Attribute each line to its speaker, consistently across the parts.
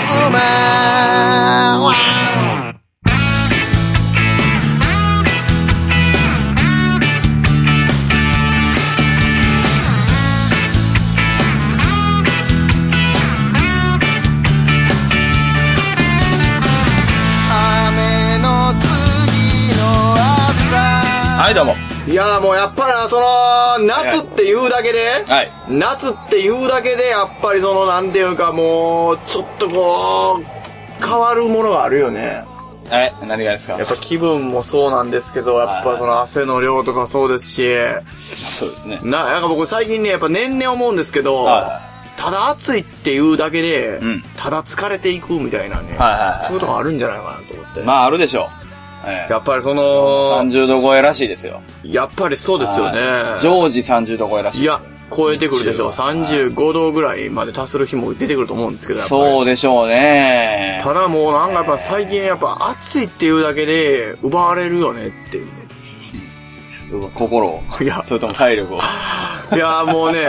Speaker 1: 妻は雨の次の朝
Speaker 2: はい、どうも。
Speaker 1: いやーもうやっぱりなその、夏っていうだけで、
Speaker 2: はい
Speaker 1: 夏っていうだけで、やっぱりその、なんていうかもう、ちょっとこう、変わるものがあるよね。
Speaker 2: はい、何がですか
Speaker 1: やっぱ気分もそうなんですけど、やっぱその汗の量とかそうですし、
Speaker 2: そうですね。
Speaker 1: な、なんか僕最近ね、やっぱ年々思うんですけど
Speaker 2: は、
Speaker 1: ただ暑いっていうだけで
Speaker 2: ん、
Speaker 1: ただ疲れていくみたいなね
Speaker 2: はいはいはい、
Speaker 1: そういうのがあるんじゃないかなと思って。
Speaker 2: まあ、あるでしょう。ええ
Speaker 1: やっぱりその、
Speaker 2: 30度超えらしいですよ。
Speaker 1: やっぱりそうですよね。
Speaker 2: はい常時30度超えらしい
Speaker 1: い
Speaker 2: で
Speaker 1: や
Speaker 2: すよ。、
Speaker 1: 超えてくるでしょう。
Speaker 2: 日中は
Speaker 1: 35度ぐらいまで達する日も出てくると思うんですけど、やっぱり
Speaker 2: そうでしょうね。
Speaker 1: ただもうなんかやっぱ最近やっぱ暑いっていうだけで奪われるよねっていう。
Speaker 2: 心を。
Speaker 1: いや
Speaker 2: それとも体力を。
Speaker 1: いや、も うね、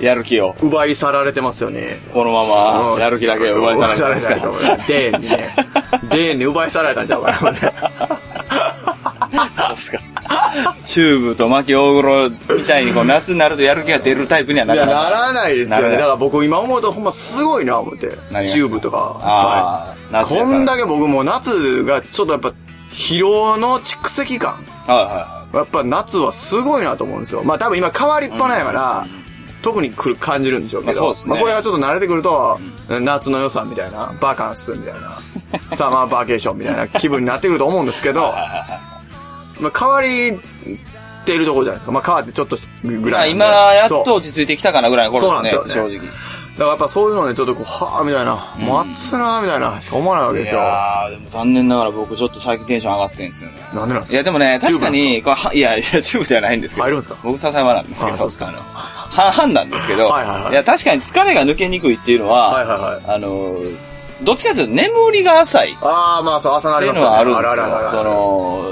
Speaker 2: やる気を。
Speaker 1: 奪い去られてますよね。
Speaker 2: このまま、やる気だけを奪い去られてますから。
Speaker 1: デーンにね。デーンに奪い去られたんちゃ うかな。
Speaker 2: そうですか。チューブと巻き大黒みたいに、こう、夏になるとやる気が出るタイプにはないか
Speaker 1: や、
Speaker 2: な
Speaker 1: な
Speaker 2: か。
Speaker 1: らないです
Speaker 2: な
Speaker 1: よ
Speaker 2: らな
Speaker 1: ね。
Speaker 2: い
Speaker 1: だから僕今思うとほんますごいな、思って
Speaker 2: 何がで。す
Speaker 1: チ
Speaker 2: か
Speaker 1: ューブとか。
Speaker 2: ああ、
Speaker 1: やっぱ
Speaker 2: 夏
Speaker 1: りこんだ
Speaker 2: け。
Speaker 1: け僕もう夏がちょっとやっぱ疲労の蓄積感。
Speaker 2: はいは
Speaker 1: やっぱ夏はすごいなと思うんですよ。まあ多分今変わりっぱないから、特にくる感じるんでしょうけど、
Speaker 2: まあそうですね
Speaker 1: これがちょっと慣れてくると、夏の良さみたいな、バカンスみたい な、サマーバーケーションみたいな気分になってくると思うんですけ ど、まあ変わりってるところじゃないですか。まあ変わってちょっとぐ
Speaker 2: い。まあ
Speaker 1: らい
Speaker 2: 今、
Speaker 1: なん
Speaker 2: や
Speaker 1: で。
Speaker 2: っと落ち着いてきたかなぐらいの頃ですね、
Speaker 1: そうなんです
Speaker 2: 正直。
Speaker 1: そうだからやっぱそういうのね、ちょっとこう、はぁみたいな、もう暑いなみたいなしか思わないわけで
Speaker 2: い
Speaker 1: すよ。
Speaker 2: やー、でも残念ながら僕ちょっと最近テンション上がってるんですよね。
Speaker 1: なんでなんです
Speaker 2: い
Speaker 1: か
Speaker 2: やでもね、
Speaker 1: チュー
Speaker 2: 確
Speaker 1: ブな
Speaker 2: か
Speaker 1: んです
Speaker 2: に、こうはいや、いや、チューブではないんですけど。
Speaker 1: 入るんですか
Speaker 2: 僕、笹山なんですけど。
Speaker 1: あそうですか
Speaker 2: の、半々なんですけど。
Speaker 1: はいはいはい
Speaker 2: や、確かに疲れが抜けにくいっていうのは、
Speaker 1: はいはいはい
Speaker 2: あの、どっちかというと眠りが浅い。
Speaker 1: ああ、まあそう、朝な
Speaker 2: って
Speaker 1: り
Speaker 2: いう
Speaker 1: ますよ
Speaker 2: の
Speaker 1: ね。
Speaker 2: はあるんです
Speaker 1: あらあらあらあら
Speaker 2: よ。その、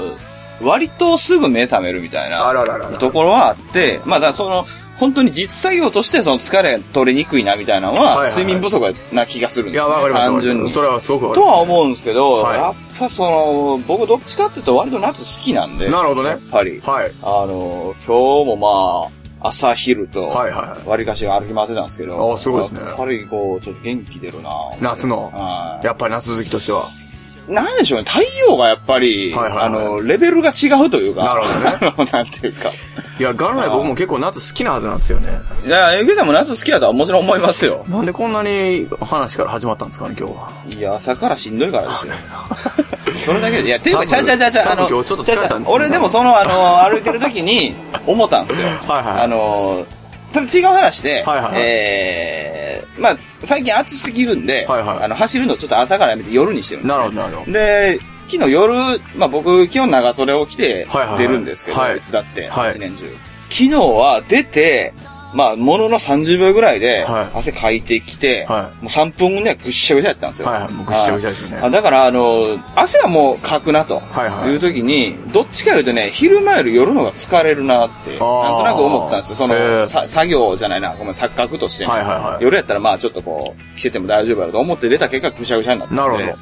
Speaker 2: 割とすぐ目覚めるみたい
Speaker 1: あららら
Speaker 2: な
Speaker 1: ら
Speaker 2: ところはあって、まあだからその、本当に実作業としてその疲れ取れにくいなみたいなの
Speaker 1: い
Speaker 2: は、
Speaker 1: はいはい
Speaker 2: 睡眠不足な気がするん
Speaker 1: い
Speaker 2: です
Speaker 1: や、
Speaker 2: よね
Speaker 1: わかりますわ
Speaker 2: 単
Speaker 1: かり
Speaker 2: 純
Speaker 1: ま
Speaker 2: に
Speaker 1: す。。それはすごくわか
Speaker 2: と
Speaker 1: りま
Speaker 2: は思うんですけど、
Speaker 1: はい
Speaker 2: やっぱその、僕どっちかっていうと割と夏好きなんで。
Speaker 1: す。なるほどね。
Speaker 2: やっぱり。
Speaker 1: はい。
Speaker 2: あの、今日もまあ、朝昼と、
Speaker 1: はいはいはい
Speaker 2: 割りかしが歩き回ってたんですけど。
Speaker 1: あすごいですね
Speaker 2: やっぱりこう、ちょっと元気出るな
Speaker 1: 夏の
Speaker 2: はい。
Speaker 1: やっぱり夏好きとしては。
Speaker 2: なんでしょうね、太陽がやっぱり、
Speaker 1: はいはいはい
Speaker 2: あの、レベルが違うというか。
Speaker 1: なる
Speaker 2: ほどね。 なんていうか。
Speaker 1: いや、元来僕も結構夏好きなはずなんですけどね。
Speaker 2: いや、ゆげさんも夏好きやとはもちろん思いますよ。
Speaker 1: なんでこんなに話から始まったんですかね、今日は。
Speaker 2: いや、朝からしんどいからですよ。 それだけで。いや、ていうか、ちゃうちゃうちゃうちゃう、
Speaker 1: 多
Speaker 2: あ
Speaker 1: 分
Speaker 2: の、
Speaker 1: 今日ちょっと疲れたんですよね
Speaker 2: ちゃうちゃう俺でもその、あ の、歩いてる時に、思ったんですよ。
Speaker 1: はいはい
Speaker 2: あの、ただ違う話で、
Speaker 1: はいはいはい
Speaker 2: えー、まあ、最近暑すぎるんで、
Speaker 1: はいはい
Speaker 2: あの、走るのちょっと朝からやめて夜にしてるんです
Speaker 1: なるほど、なるほど。
Speaker 2: で、昨日夜、まあ、僕、基本長袖を着て
Speaker 1: はいはいはい
Speaker 2: 出るんですけど、
Speaker 1: はい
Speaker 2: いつだって、
Speaker 1: はい
Speaker 2: 一年中。昨日は出て、まあ、ものの30秒ぐらいで、
Speaker 1: はい
Speaker 2: 汗かいてきて、
Speaker 1: は
Speaker 2: もう3分ぐらいぐっしゃぐしゃやったんですよ。
Speaker 1: はいはいもうぐっしゃぐしゃですよね
Speaker 2: はいあだから、あの、汗はもうかくなと、
Speaker 1: はいいはいう
Speaker 2: 時に、どっちか言うとね、昼間より夜の方が疲れるなって、なんとなく思ったんですよ。そ
Speaker 1: へ
Speaker 2: の、
Speaker 1: ー
Speaker 2: さ作業じゃないな、ごめん、錯覚としてね、
Speaker 1: はいはいはい
Speaker 2: 夜やったらまあ、ちょっとこう、着てても大丈夫やろうと思って出た結果、ぐしゃぐしゃになったんで。
Speaker 1: なるほど。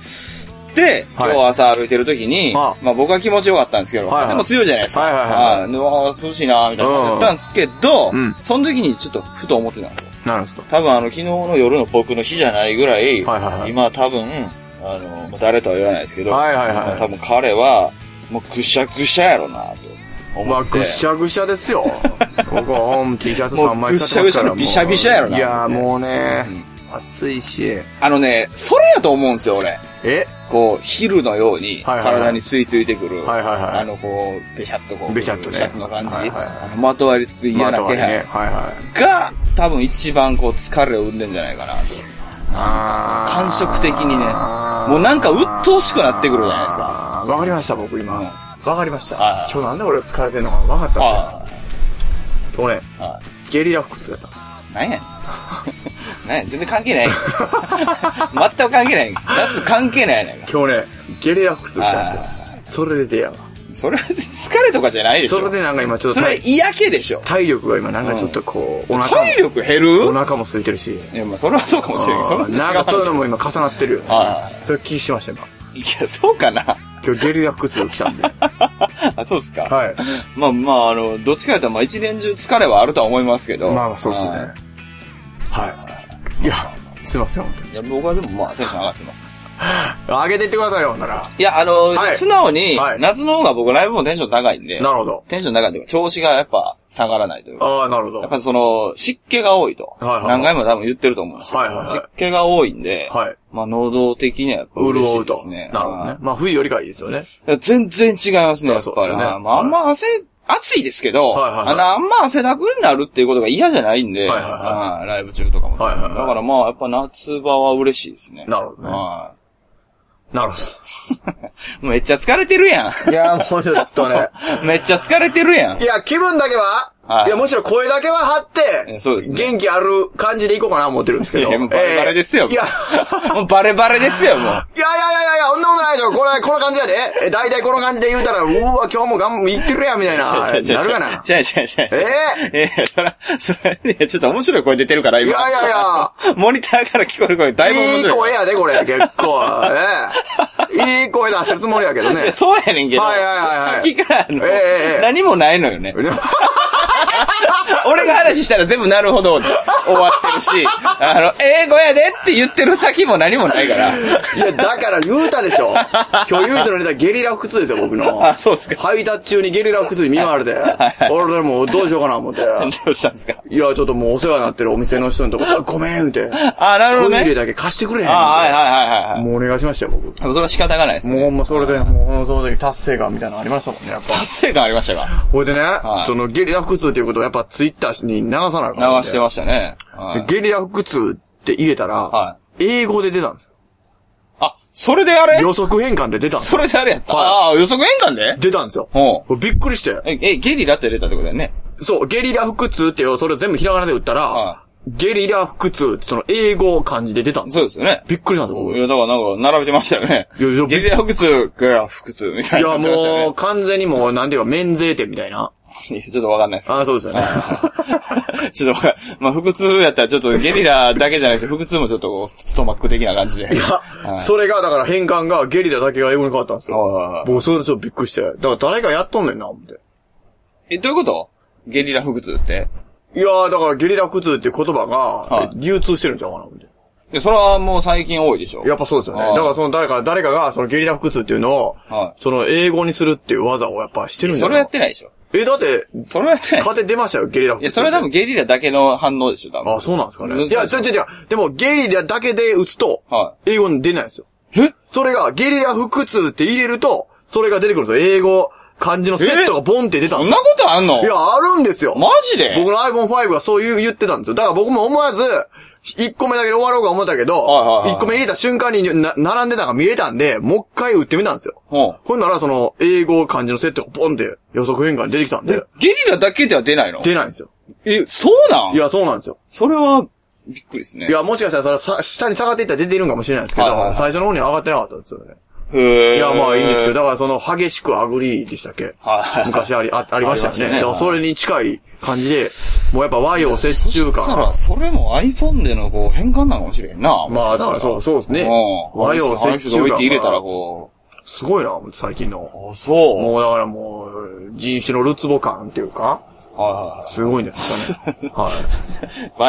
Speaker 2: で、
Speaker 1: はい
Speaker 2: 今日朝歩いてる時に、
Speaker 1: あ
Speaker 2: まあ僕は気持ちよかったんですけど、
Speaker 1: はいはい
Speaker 2: 風も強いじゃないですか。
Speaker 1: はいはいはい
Speaker 2: い。でうわー涼しいなーみたいな感じだったんですけど、
Speaker 1: うん
Speaker 2: その時にちょっとふと思ってたんですよ。
Speaker 1: なるほど。
Speaker 2: 多分あの昨日の夜の僕の日じゃないぐらい、
Speaker 1: はいはいはい
Speaker 2: 今多分、あの、まあ誰とは言わないですけど、
Speaker 1: はいはいはい
Speaker 2: 多分彼は、もうぐしゃぐしゃやろなーと
Speaker 1: ま
Speaker 2: 思
Speaker 1: あ、
Speaker 2: って。
Speaker 1: ぐしゃぐしゃです よ。僕はホーム T シャツ3枚使ってますから。
Speaker 2: もうぐっしゃぐしゃのびしゃびしゃやろない
Speaker 1: や、もうね、暑いし。
Speaker 2: あのね、それやと思うんですよ、俺。
Speaker 1: え
Speaker 2: こう、昼のように
Speaker 1: はいはいはい
Speaker 2: 体に吸い付いてくる、
Speaker 1: はいはいはい
Speaker 2: あの、こう、べしゃっとこう、
Speaker 1: べしゃっとね
Speaker 2: シャツの感じ、
Speaker 1: はいはいはい
Speaker 2: あのまとわりつく嫌な
Speaker 1: まあ
Speaker 2: 気
Speaker 1: とは
Speaker 2: 配
Speaker 1: ね。はいはい。
Speaker 2: が、多分一番こう、疲れを生んでんじゃないかなと。
Speaker 1: あー
Speaker 2: 感触的にね。もうなんか鬱陶しくなってくるじゃないですか。
Speaker 1: あーわかりました、僕今。
Speaker 2: うん
Speaker 1: わかりました
Speaker 2: は。い
Speaker 1: 今日なんで俺疲れてんのかわかったん
Speaker 2: あ
Speaker 1: ですよ。今日ね、
Speaker 2: あ、あ
Speaker 1: ゲリラ腹痛やったんですよ。
Speaker 2: あ、なんやね ん。なんやねん全然関係ない。 全く関係ない。夏関係ないやないか。
Speaker 1: 今日ね、ゲリラ腹痛来たんですよ。それで出やわ。
Speaker 2: それは疲れとかじゃないでしょ。
Speaker 1: それでなんか今ちょっ
Speaker 2: そ
Speaker 1: と
Speaker 2: れは
Speaker 1: 体
Speaker 2: 嫌気でしょ。
Speaker 1: 体力が今なんかちょっとこう、お腹
Speaker 2: 体力減
Speaker 1: も、お
Speaker 2: る
Speaker 1: 腹も空いてるし。
Speaker 2: いや、まあ、それはそうかもしれないけど、それは違
Speaker 1: なんかそういうのも今重なってるよね。
Speaker 2: は
Speaker 1: それ気しました今。
Speaker 2: い。いや、そうかな。
Speaker 1: 今日ゲリラ腹痛来たんで。
Speaker 2: あ、そうっすか。
Speaker 1: はい。
Speaker 2: まあまあ、あの、どっちかやったら、まあ一年中疲れはあるとは思いますけど。
Speaker 1: まあまあそうですね
Speaker 2: は。
Speaker 1: はい。いや、すいません、本当に。
Speaker 2: いいや、僕はでもまあテンション上がってます。
Speaker 1: 上げていってくださいよ、ほんなら。
Speaker 2: いや、あの、
Speaker 1: はい
Speaker 2: 素直に、
Speaker 1: はい
Speaker 2: 夏の方が僕ライブもテンション高いんで、
Speaker 1: なるほど。
Speaker 2: テンション高いというか、調子がやっぱ下がらないというか、
Speaker 1: ああ、なるほど。
Speaker 2: やっ
Speaker 1: は
Speaker 2: ぱその、湿気が多いと。
Speaker 1: はいはいはい
Speaker 2: 何回も多分言ってると思うんですけど、
Speaker 1: はいはいはい
Speaker 2: 湿気が多いんで、
Speaker 1: い。
Speaker 2: まあ、能動的にはやっぱ嬉
Speaker 1: 潤
Speaker 2: しいうで
Speaker 1: と
Speaker 2: すね。。
Speaker 1: なるほどね
Speaker 2: は。
Speaker 1: まあ冬よりかはいいですよね。
Speaker 2: いいや全然違いますね、やっ
Speaker 1: そうそう
Speaker 2: ぱ
Speaker 1: で
Speaker 2: り。
Speaker 1: すよね
Speaker 2: まあ、あんま汗、暑いですけど、
Speaker 1: はいはいはい
Speaker 2: あの、あんま汗だくになるっていうことが嫌じゃないんで、
Speaker 1: はいはいは
Speaker 2: はいライブ中とかも。
Speaker 1: はいはいはい
Speaker 2: だからまあ、やっぱ夏場は嬉しいですね。
Speaker 1: なるほどね
Speaker 2: は
Speaker 1: なるほ
Speaker 2: いめっちゃ疲れてるやん。
Speaker 1: ど。いやー、もうちょっとね。
Speaker 2: めっちゃ疲れてるやん
Speaker 1: い。や、気分だけは、
Speaker 2: はい
Speaker 1: い、や、むしろ声だけは張っ
Speaker 2: え
Speaker 1: て、
Speaker 2: そうですね
Speaker 1: 元気ある感じでいこうかな思ってるんですけど。
Speaker 2: いやもうバレバレですよ
Speaker 1: いや、
Speaker 2: もうバレバレですよ、もう。
Speaker 1: いやいやいやいやいや、そんなことないでしょ。これ、この感じやで。え、大体この感じで言うたら、うーわ、今日もがん、いってるやん、みたいな。な
Speaker 2: 違う違う違う
Speaker 1: るかな。い
Speaker 2: 違う違う 違う違う。ええそら、そら、いやちょっと面白い声出てるから、今。
Speaker 1: やいやいや。
Speaker 2: モニターから聞こえる声、だいぶ面
Speaker 1: いい
Speaker 2: 白い。
Speaker 1: 声やで、これ、結構。ええ。いい声出してるつもりやけど
Speaker 2: い
Speaker 1: ね
Speaker 2: や。 そうやねんけど。
Speaker 1: はいはいはいはい
Speaker 2: さっきから、あの、
Speaker 1: ええええ
Speaker 2: 何もないの よね。俺が話したら全部なるほどって終わって るし、あの、英語やでって言ってる先も何もないから。
Speaker 1: いや、だから言うたでしょ。今日言うたのネタゲリラ腹痛ですよ、僕の。
Speaker 2: あそうっすか
Speaker 1: 配達中にゲリラ腹痛に見舞われて。俺でもうどうしようかな思って。
Speaker 2: どうしたんですか
Speaker 1: いや、ちょっと もうお世話になってるお店の人のとこ、ちょごめん、って。
Speaker 2: あ、なるほ
Speaker 1: ト
Speaker 2: ど
Speaker 1: イレ
Speaker 2: ね。
Speaker 1: だけ貸してくれへん。
Speaker 2: あ、はいはいはいはい。
Speaker 1: もうお願いしましたよ、僕。
Speaker 2: それは仕方がないですね。
Speaker 1: もうほんまそれで、もうその時達成感みたいなのありましたもんね、やっぱ。
Speaker 2: 達成感ありましたか
Speaker 1: ほいでね
Speaker 2: い、
Speaker 1: そのゲリラ腹痛っていうことをやっぱツイッターに流さなあかん。
Speaker 2: 流してましたね。はい
Speaker 1: ゲリラ腹痛って入れた
Speaker 2: は
Speaker 1: ら、英語で出たんですよ。
Speaker 2: あ、それであれ
Speaker 1: 予測変換で出たんです
Speaker 2: そ
Speaker 1: よ。
Speaker 2: れであれやった。ああ、予測変換で
Speaker 1: 出たんですよ。
Speaker 2: ほう
Speaker 1: これびっくりして。
Speaker 2: え、え、ゲリラって出たってことだよね。
Speaker 1: そう、ゲリラ腹痛っていう、それを全部ひらがなで打った
Speaker 2: は
Speaker 1: ら、ゲリラ腹痛ってその英語漢字で出たんです
Speaker 2: そ
Speaker 1: よ。
Speaker 2: うですよね。
Speaker 1: びっくりしたんですよ、僕
Speaker 2: いや、だからなんか、並べてましたよね。
Speaker 1: いやいや
Speaker 2: ゲリラ腹痛が腹痛みたい
Speaker 1: い
Speaker 2: な。
Speaker 1: や、
Speaker 2: やってました
Speaker 1: も
Speaker 2: よ
Speaker 1: う、完全にもう、なんていうか、免税店みたいな。
Speaker 2: ね。いや、ちょっとわかんないです。
Speaker 1: ああ、そうですよね。
Speaker 2: ちょっとわかんまあ、腹痛やったら、ちょっとゲリラだけじゃなくて、腹痛もちょっとこう、ストマック的な感じで。
Speaker 1: い や、それが、だから変換が、ゲリラだけが英語に変わったんですよ。
Speaker 2: あー
Speaker 1: 僕、それちょっとびっくりして。だから誰がやっとんねんな、思って。
Speaker 2: え、どういうことゲリラ腹痛って。
Speaker 1: いやー、だからゲリラ腹痛っていう言葉が
Speaker 2: は、
Speaker 1: 流通してるんちゃうかな、思って。
Speaker 2: いや、それはもう最近多いでしょ。
Speaker 1: やっぱそうですよね
Speaker 2: あー。
Speaker 1: だからその誰か、誰かが、そのゲリラ腹痛っていうのを
Speaker 2: は、い
Speaker 1: その英語にするっていう技をやっぱしてるんじゃ
Speaker 2: そ
Speaker 1: な
Speaker 2: れはや
Speaker 1: い
Speaker 2: ってないでしょ。
Speaker 1: え、だって、
Speaker 2: それはやってないでしょ。
Speaker 1: 勝手に出ましたよ、ゲリラ腹
Speaker 2: い
Speaker 1: 痛。
Speaker 2: や、それは多分。ゲリラだけの反応でしょ、多分。
Speaker 1: あ、そうなんですか
Speaker 2: そう
Speaker 1: ね。
Speaker 2: そう
Speaker 1: いや、違う違う違う。でも、ゲリラだけで打つと
Speaker 2: は、
Speaker 1: 英語に出ないんですよ。
Speaker 2: え
Speaker 1: それが、ゲリラ腹痛って入れると、それが出てくるんですよ。英語、漢字のセットがボンって出たん
Speaker 2: そ
Speaker 1: で
Speaker 2: ん
Speaker 1: す
Speaker 2: な
Speaker 1: よ。
Speaker 2: ことあんの
Speaker 1: いや、あるんですよ。
Speaker 2: マジで
Speaker 1: 僕の iPhone5 がそういう言ってたんですよ。だから僕も思わず、1個目だけで終わろうか思ったけど、
Speaker 2: はいはいはい
Speaker 1: 1個目入れた瞬間にな並んでたのが見えたんで、もう一回打ってみたんですよ。
Speaker 2: うん
Speaker 1: ほんなら、その、英語漢字のセットがボンって予測変換に出てきたんで、
Speaker 2: ゲリラだけでは出ないの
Speaker 1: 出ないんですよ。
Speaker 2: え、そうなん
Speaker 1: いや、そうなんですよ。
Speaker 2: それは、びっくりですね。
Speaker 1: いや、もしかしたらそれさ、下に下がっていったら出てるんかもしれないですけど、
Speaker 2: はいはいはい
Speaker 1: 最初の方には上がってなかったんですよね。
Speaker 2: へ
Speaker 1: いや、まあいいんですけど、
Speaker 2: ど。
Speaker 1: だからその、激しくアグリーでしたっけ
Speaker 2: はい
Speaker 1: 昔あり、 あありましたよ
Speaker 2: ありましたね
Speaker 1: ね。だからそれに近い感じで、もうやっぱ和洋折衷
Speaker 2: そした
Speaker 1: 感。
Speaker 2: ら、それも iPhone でのこう変換なのかもしれんな。
Speaker 1: まあだからそう、そうですね。
Speaker 2: うん。
Speaker 1: 和洋折衷
Speaker 2: 置いて入れたら
Speaker 1: 感が。
Speaker 2: こ
Speaker 1: すごいな、最近の。
Speaker 2: う。あ、そう。はい
Speaker 1: もうだからもう、人種のるつぼ感っていうか、
Speaker 2: は
Speaker 1: すごいんですかね。は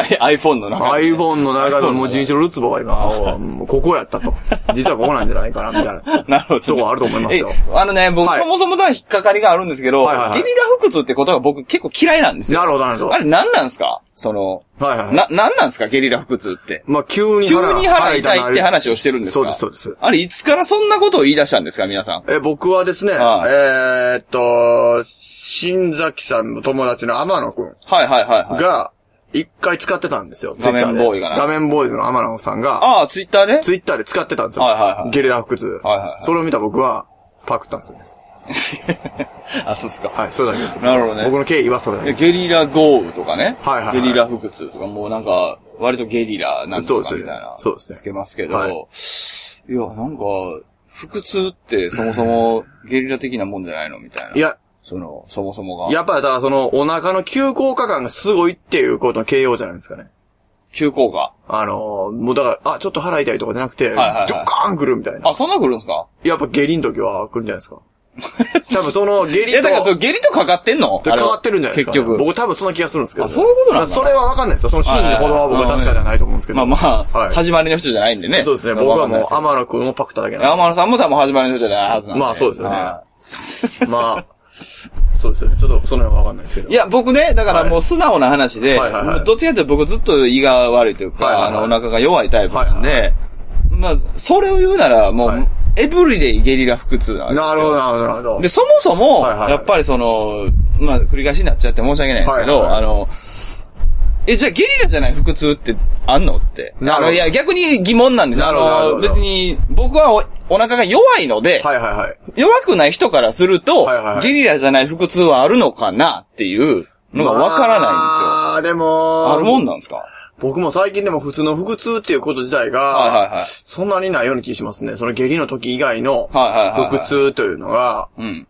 Speaker 1: い
Speaker 2: はい。iPhone の中
Speaker 1: い。
Speaker 2: で。
Speaker 1: iPhone の中でも人種のるつぼが今、おもうここやったと。実はここなんじゃないかな、みたいな。
Speaker 2: なるほど。
Speaker 1: とこあると思いますよ。
Speaker 2: えあのね、僕、
Speaker 1: はい
Speaker 2: そもそもだから引っかかりがあるんですけど、
Speaker 1: はいはいはい
Speaker 2: ゲリラ腹痛ってことが僕結構嫌いなんですよ。
Speaker 1: なるほどなるほど
Speaker 2: あれ何なんですかその、
Speaker 1: はいはいはい
Speaker 2: な、何なんですかゲリラ腹痛って。
Speaker 1: まあ急に
Speaker 2: 急
Speaker 1: 腹
Speaker 2: に腹痛いって話をしてるんですか
Speaker 1: そうです、そうです。
Speaker 2: あれ、いつからそんなことを言い出したんですか皆さん。
Speaker 1: え、僕はですね、
Speaker 2: はい
Speaker 1: えーっと、新崎さんの友達の天野くん
Speaker 2: はいはいはいはい。
Speaker 1: が、一回使ってたんですよ、
Speaker 2: 画面
Speaker 1: Twitter で
Speaker 2: ボーイがな
Speaker 1: 画面ボーイズの天野さんが、
Speaker 2: ああ、ツイッターね。
Speaker 1: ツイッターで使ってたんですよ。
Speaker 2: はいはいはい
Speaker 1: ゲリラ腹痛。はい
Speaker 2: はい
Speaker 1: それを見た僕は、パクったんですよね。
Speaker 2: あ、そうですか。
Speaker 1: はい、それだけです。
Speaker 2: なるほどね
Speaker 1: 僕の経緯はそれだ
Speaker 2: で
Speaker 1: け。
Speaker 2: ゲリラ豪雨とかね。
Speaker 1: はいはいはい
Speaker 2: ゲリラ腹痛とか、もうなんか、割とゲリラなんとかみたい
Speaker 1: そ
Speaker 2: な。
Speaker 1: うですねそうですね
Speaker 2: つけますけど。
Speaker 1: はい
Speaker 2: いや、なんか、腹痛ってそもそもゲリラ的なもんじゃないのみたいな。
Speaker 1: い、や、
Speaker 2: その、そもそもが。
Speaker 1: やっぱだからその、お腹の急降下感がすごいっていうことの形容じゃないですかね。
Speaker 2: 急降下。
Speaker 1: あのー、もうだから、あ、ちょっと腹痛いとかじゃなくて、
Speaker 2: はいはい
Speaker 1: ドカーン来るみたいな。
Speaker 2: あ、そんな来るんですか
Speaker 1: やっぱ下痢の時は来るんじゃないです か。多分その下
Speaker 2: い
Speaker 1: 痢
Speaker 2: や、
Speaker 1: と
Speaker 2: だからその下痢とかかってんの
Speaker 1: 変わってるんじゃないですか、
Speaker 2: あれは結局。
Speaker 1: 僕多分そんな気がするんですけど。
Speaker 2: あそういうことなんだ
Speaker 1: まあそれはわかんないですよ。その真実の言葉は僕は確かじゃないと思うんですけど。
Speaker 2: まあまあ、
Speaker 1: はい。
Speaker 2: 始まりの人じゃないんでね。
Speaker 1: そうですね。僕はもう
Speaker 2: わ、かんない
Speaker 1: 天野くんをパクっただけ
Speaker 2: です
Speaker 1: な
Speaker 2: よ
Speaker 1: んで。
Speaker 2: 天野さんも多分始まりの人じゃないはずなんで。
Speaker 1: まあそうですよね
Speaker 2: は
Speaker 1: まあ、そうですよね。ちょっとその辺はわかんないですけど。
Speaker 2: いい、や、僕ね、だからもう素直な話で、
Speaker 1: はいはいはい
Speaker 2: どっちかというと僕ずっと胃が悪いというか、
Speaker 1: はいはいはい
Speaker 2: あの、お腹が弱いタイプなんで、
Speaker 1: はい
Speaker 2: まあ、それを言うなら、もう、
Speaker 1: はい
Speaker 2: エブリデイゲリラ腹痛なわけです
Speaker 1: な
Speaker 2: よ
Speaker 1: るほど、なるほど、なるほど。
Speaker 2: で、そもそも、
Speaker 1: はいはい
Speaker 2: やっぱりその、まあ、繰り返しになっちゃって申し訳ないんですけど、
Speaker 1: はいはい
Speaker 2: あの、え、じゃあゲリラじゃない腹痛ってあんのって。
Speaker 1: なるほど
Speaker 2: あのいや、逆に疑問なんですよ
Speaker 1: なるほどなるほど
Speaker 2: あの別に、僕はおお腹が弱いので、
Speaker 1: はいはいはい。
Speaker 2: 弱くない人からすると、
Speaker 1: はいはいはい
Speaker 2: ゲリラじゃない腹痛はあるのかなっていうのがわからないんですよ。
Speaker 1: ああ、でも、
Speaker 2: あるもんなんですか
Speaker 1: 僕も最近でも普通の腹痛っていうこと自体が、
Speaker 2: はいはいはい
Speaker 1: そんなにないような気しますね。その下痢の時以外の
Speaker 2: はいはいはいはい
Speaker 1: 腹痛というのが、
Speaker 2: うん。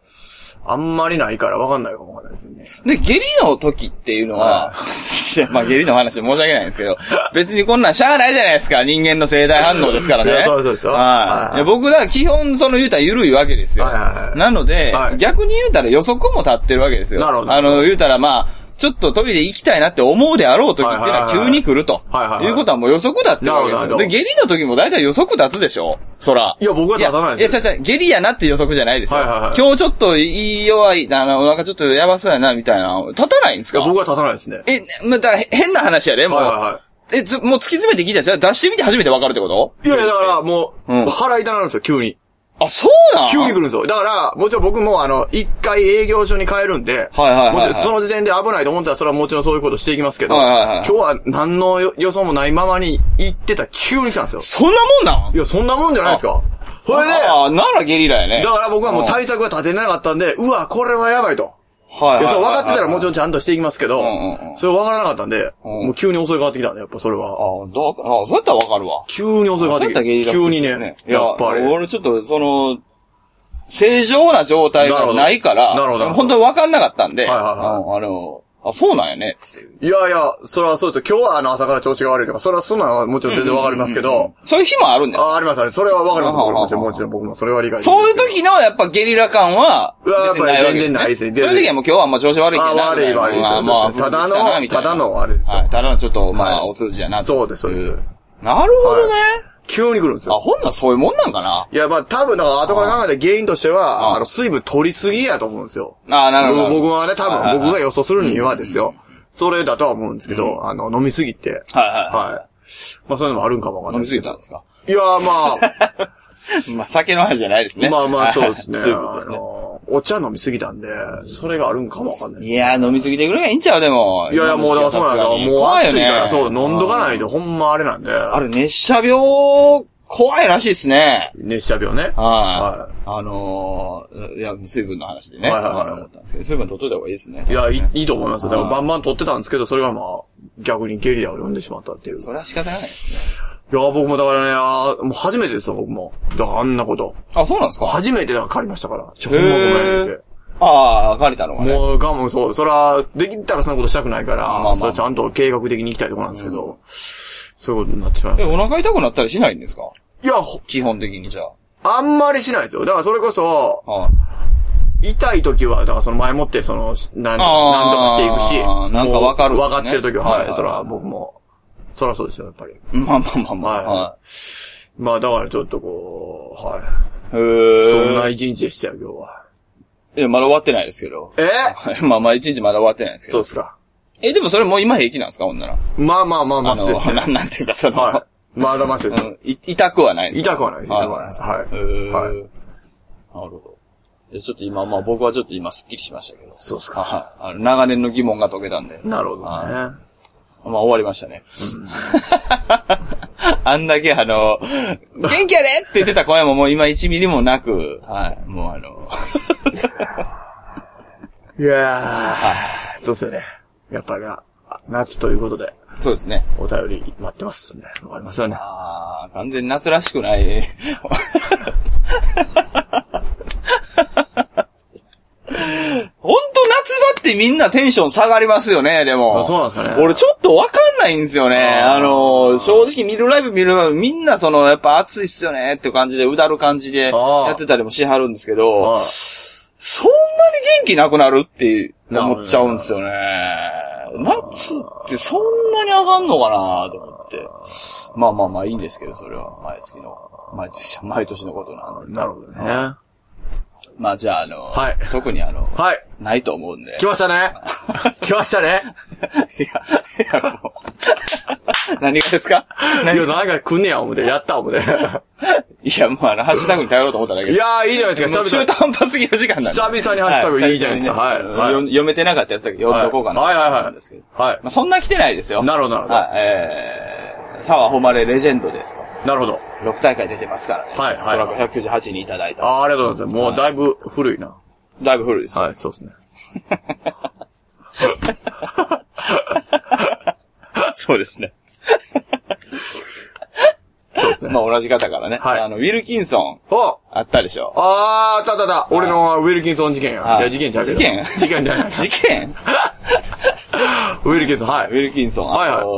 Speaker 1: あんまりないからわかんないかもわかんないですね。
Speaker 2: で、下痢の時っていうのは、いや まあ下痢の話で申し訳ないんですけど、別にこんなんしゃあないじゃないですか、人間の生体反応ですから
Speaker 1: い
Speaker 2: ね。
Speaker 1: やそうそうそうはい
Speaker 2: は。
Speaker 1: はいい
Speaker 2: いや僕だから基本その言うたら緩いわけですよ。
Speaker 1: はいはいはい
Speaker 2: なので、
Speaker 1: はい
Speaker 2: 逆に言うたら予測も立ってるわけですよ。
Speaker 1: なるほど
Speaker 2: あの、言うたらまあ、ちょっとトイレ行きたいなって思うであろう時っていうのは
Speaker 1: はいはいはい
Speaker 2: 急に来ると。
Speaker 1: はいはいはい
Speaker 2: いうことはもう予測だってるわけで
Speaker 1: な
Speaker 2: す
Speaker 1: るほ
Speaker 2: よ。
Speaker 1: ど
Speaker 2: で、下痢の時も大体予測立つでしょそら。
Speaker 1: いや僕は立たないです
Speaker 2: や、やちゃうちゃう、下痢やなって予測じゃないですよ。
Speaker 1: はいはいはい
Speaker 2: 今日ちょっといい弱い、あの、お腹ちょっとやばそうやな、みたいな。立たないんですか
Speaker 1: 僕は立たないですね。
Speaker 2: え、まあ、だからへ変な話やで、もう。
Speaker 1: はいはいは
Speaker 2: え、つ、もう突き詰めてきたじゃん出してみて初めてわかるってこと
Speaker 1: いやいや、だからもう、
Speaker 2: うん
Speaker 1: 腹痛なるんですよ、急に。
Speaker 2: あ、そうなん
Speaker 1: 急に来るんですよ。だから、もちろん僕もあの、一回営業所に帰るんで、
Speaker 2: はいはいはいはい
Speaker 1: もちろんその時点で危ないと思ったらそれはもちろんそういうことしていきますけど、
Speaker 2: はいはいは
Speaker 1: 今
Speaker 2: い
Speaker 1: 日は何の予予想もないままに行ってたら急に来たんですよ。
Speaker 2: そんなもんなん
Speaker 1: いや、そんなもんじゃないですか。それで、
Speaker 2: ああ、ならゲリラやね。
Speaker 1: だから僕はもう対策が立てなかったんで、うわ、これはやばいと。
Speaker 2: はいいはいはいはい。
Speaker 1: や、それ分かってたらもちろんちゃんとしていきますけど、
Speaker 2: んうんうん
Speaker 1: それ分からなかったんで、
Speaker 2: うん
Speaker 1: もう急に襲いかかってきたんで、やっぱそれは。
Speaker 2: ああ、どうああ、そうやったらわかるわ。
Speaker 1: 急に襲いかか
Speaker 2: そ
Speaker 1: っ
Speaker 2: う
Speaker 1: てき
Speaker 2: やった
Speaker 1: た。
Speaker 2: らゲリラ。
Speaker 1: 急にね。やっぱり。
Speaker 2: いや、俺ちょっと、その、正常な状態がないから、
Speaker 1: なるほどなるほど
Speaker 2: 本当にわかんなかったんで、
Speaker 1: はいはい
Speaker 2: あの、あのあ、そうなんやね。
Speaker 1: いやいや、それはそうですよ。今日はあの朝から調子が悪いとか、それはそんなのはもちろん全然わかりますけど。
Speaker 2: そういう日もあるんです
Speaker 1: あ、ありますあります。それはわかります。
Speaker 2: ああ
Speaker 1: 僕ももちろん、
Speaker 2: ああ
Speaker 1: もちろん僕もそれは理解
Speaker 2: そういう時のやっぱゲリラ感は、
Speaker 1: うわ
Speaker 2: 別にわけ
Speaker 1: やっぱり全然ないですね
Speaker 2: そういう時はもう今日はもう調子悪いけ
Speaker 1: あ
Speaker 2: ど
Speaker 1: あ、悪
Speaker 2: なみた
Speaker 1: い
Speaker 2: いな
Speaker 1: 悪いですよ。
Speaker 2: まあまあ
Speaker 1: ただ
Speaker 2: ぶつぶつ来なみ
Speaker 1: の、
Speaker 2: たい
Speaker 1: た
Speaker 2: な
Speaker 1: だのあれです
Speaker 2: は
Speaker 1: よ
Speaker 2: い。ただのちょっと、まあ、
Speaker 1: はい
Speaker 2: お通じやなと。
Speaker 1: そうですそうです
Speaker 2: なるほどね。
Speaker 1: 急に来るんです
Speaker 2: あ、
Speaker 1: よ。
Speaker 2: ほんなんそういうもんなんかない
Speaker 1: や、まあ多分、だから後から考えた原因として
Speaker 2: ああ
Speaker 1: は、あの、水分取りすぎやと思うんですよ。
Speaker 2: ああ、なるほど。
Speaker 1: 僕僕はね、多
Speaker 2: はいはい
Speaker 1: 分、僕が予想するにはですよ。それだとは思うんですけど、あの、飲みすぎて。
Speaker 2: はいはいは
Speaker 1: はい。まあそういうのもあるんかもわかんな
Speaker 2: 飲み
Speaker 1: い
Speaker 2: すぎたんですか
Speaker 1: いや、まあ、
Speaker 2: まあ、酒の話じゃないですね。
Speaker 1: まあまあそうですね。
Speaker 2: そういうことで
Speaker 1: あ
Speaker 2: すね。
Speaker 1: のお茶飲みすぎたんで、それがあるんかもわかんないです。
Speaker 2: いやー、飲みすぎてくれがいいんちゃうでも。
Speaker 1: いやいや、もうだからそうなんだ。もう
Speaker 2: 怖
Speaker 1: 暑
Speaker 2: よ
Speaker 1: い
Speaker 2: ね
Speaker 1: から、そう、飲んどかないと、ほんまあれなんで。
Speaker 2: あれ、熱射病、怖いらしいですね。
Speaker 1: 熱射病ね。
Speaker 2: は。
Speaker 1: はい
Speaker 2: あのー、いや、水分の話でね。
Speaker 1: はいはいはい
Speaker 2: あの思ったんですけど、水分取っといた方がいいですね。
Speaker 1: い。いや、いいいいと思いますよ。だか
Speaker 2: は
Speaker 1: ら
Speaker 2: い
Speaker 1: バンバン撮ってたんですけど、それはまあ、逆にゲリラを呼んでしまったっていう。い
Speaker 2: それは仕方ないですね。
Speaker 1: や、僕もだからね、あーもう初めてですよ、僕も。だからあんなこと。
Speaker 2: あ、そうなんですか
Speaker 1: 初めてだから借りましたから。ちょ、ほんまごめんって。
Speaker 2: ああ、借りたのがね。
Speaker 1: もう、我慢、そう、そら、できたらそんなことしたくないから、
Speaker 2: あまあ
Speaker 1: それちゃんと計画的に行きたいところなんですけど、そういうことになってしまいま
Speaker 2: え、
Speaker 1: した。
Speaker 2: お腹痛くなったりしないんですか
Speaker 1: いや、ほ
Speaker 2: 基本的にじゃ
Speaker 1: あんまりしないですよ。だからそれこそ、
Speaker 2: あ。はい
Speaker 1: 痛い時は、だからその前もって、その、しなん
Speaker 2: あー
Speaker 1: なんとかしていくし、
Speaker 2: なんかわかるんですね
Speaker 1: もうわかってる時は、はい、
Speaker 2: はい
Speaker 1: そら、僕も、そらそうですよ、やっぱり。
Speaker 2: まあまあまあまあ。
Speaker 1: はい
Speaker 2: は
Speaker 1: まあ、だからちょっとこう、はい。
Speaker 2: い。へえ。
Speaker 1: そんな一日でしたよ、今日は。
Speaker 2: え、まだ終わってないですけど。
Speaker 1: え
Speaker 2: はいまあまあ、一日まだ終わってないですけ
Speaker 1: そう
Speaker 2: ど
Speaker 1: で。すか。
Speaker 2: え、でもそれもう今平気なんですかほんなら。
Speaker 1: まあまあまあ、
Speaker 2: あ
Speaker 1: マシです
Speaker 2: の、
Speaker 1: ね。
Speaker 2: なん、なんていうか、その、
Speaker 1: はい。まだマシです
Speaker 2: う。んい痛くはないですか
Speaker 1: 痛くはないです痛くはないですはい
Speaker 2: へー
Speaker 1: はい
Speaker 2: なるほど。えちょっと今、まあ僕はちょっと今、スッキリしましたけど。
Speaker 1: そうですか。
Speaker 2: はい。あの長年の疑問が解けたんで。
Speaker 1: なるほどね。
Speaker 2: はいまあ終わりましたね。 あんだけあの、元気やでって言ってた声ももう今1ミリもなく、はい、もうあの、
Speaker 1: いやー、そうですよね。やっぱりな、夏ということで、
Speaker 2: そうですね。
Speaker 1: お便り待ってますんで、わかりますよね。
Speaker 2: ああ、完全に夏らしくない。みんなテンション下がりますよね、でも。
Speaker 1: あそうなんですかね
Speaker 2: 俺ちょっとわかんないんですよね。
Speaker 1: あー
Speaker 2: あの、正直見るライブ見るライブみんなその、やっぱ熱いっすよねって感じで、うだる感じで
Speaker 1: あー
Speaker 2: やってたりもしはるんですけど
Speaker 1: は、
Speaker 2: そんなに元気なくなるって思っちゃうんですよね。夏ってそんなに上がんのかなと思って。まあまあまあいいんですけど、それは毎月の、毎年、毎年のことなんで。
Speaker 1: いなるほどね。
Speaker 2: まあじゃああの、
Speaker 1: はい
Speaker 2: 特にあの、
Speaker 1: はい。
Speaker 2: ないと思うんで。
Speaker 1: 来ましたね。来ましたね。
Speaker 2: いや、いや、もう。何がですか
Speaker 1: いや、なんか来んねや、思って。やった、思って。い
Speaker 2: いや、もうあの、ハッシュタグに頼ろうと思っただけです。
Speaker 1: やー、いいじゃないです
Speaker 2: も
Speaker 1: か、
Speaker 2: う
Speaker 1: 久
Speaker 2: 中
Speaker 1: 々
Speaker 2: 途半端すぎる時間なんで。
Speaker 1: 久々にハッシュタグいいじゃないですか
Speaker 2: は
Speaker 1: はい
Speaker 2: 久々に
Speaker 1: はい
Speaker 2: よ読めてなかったやつだけ読んどこうかな。
Speaker 1: はいはいはい
Speaker 2: なんですけど。
Speaker 1: はい
Speaker 2: まあ、そんな来てないですよ。
Speaker 1: に。なるほど、なるほど。
Speaker 2: はい、えー、沢誉れレジェンドですと。
Speaker 1: なるほど。
Speaker 2: 6大会出てますからね。
Speaker 1: はいはい
Speaker 2: トラック198にいただいた。
Speaker 1: あーありがとうございます。もうだいぶ古いな。
Speaker 2: だいぶ古いで す。
Speaker 1: はい、そうですね。
Speaker 2: そうです ね。
Speaker 1: そうですね。
Speaker 2: まあ同じ方からね。
Speaker 1: はい
Speaker 2: あの、ウィルキンソン、
Speaker 1: お
Speaker 2: あったでしょ。
Speaker 1: あー、あったあったあった。俺のウィルキンソン事件や。
Speaker 2: はい
Speaker 1: いや、事件ちゃうけど。
Speaker 2: 事件
Speaker 1: 事件じゃない。
Speaker 2: 事件
Speaker 1: ウィルキンソン、は
Speaker 2: ウ
Speaker 1: い。
Speaker 2: ィルキンソン。
Speaker 1: はいはい
Speaker 2: あの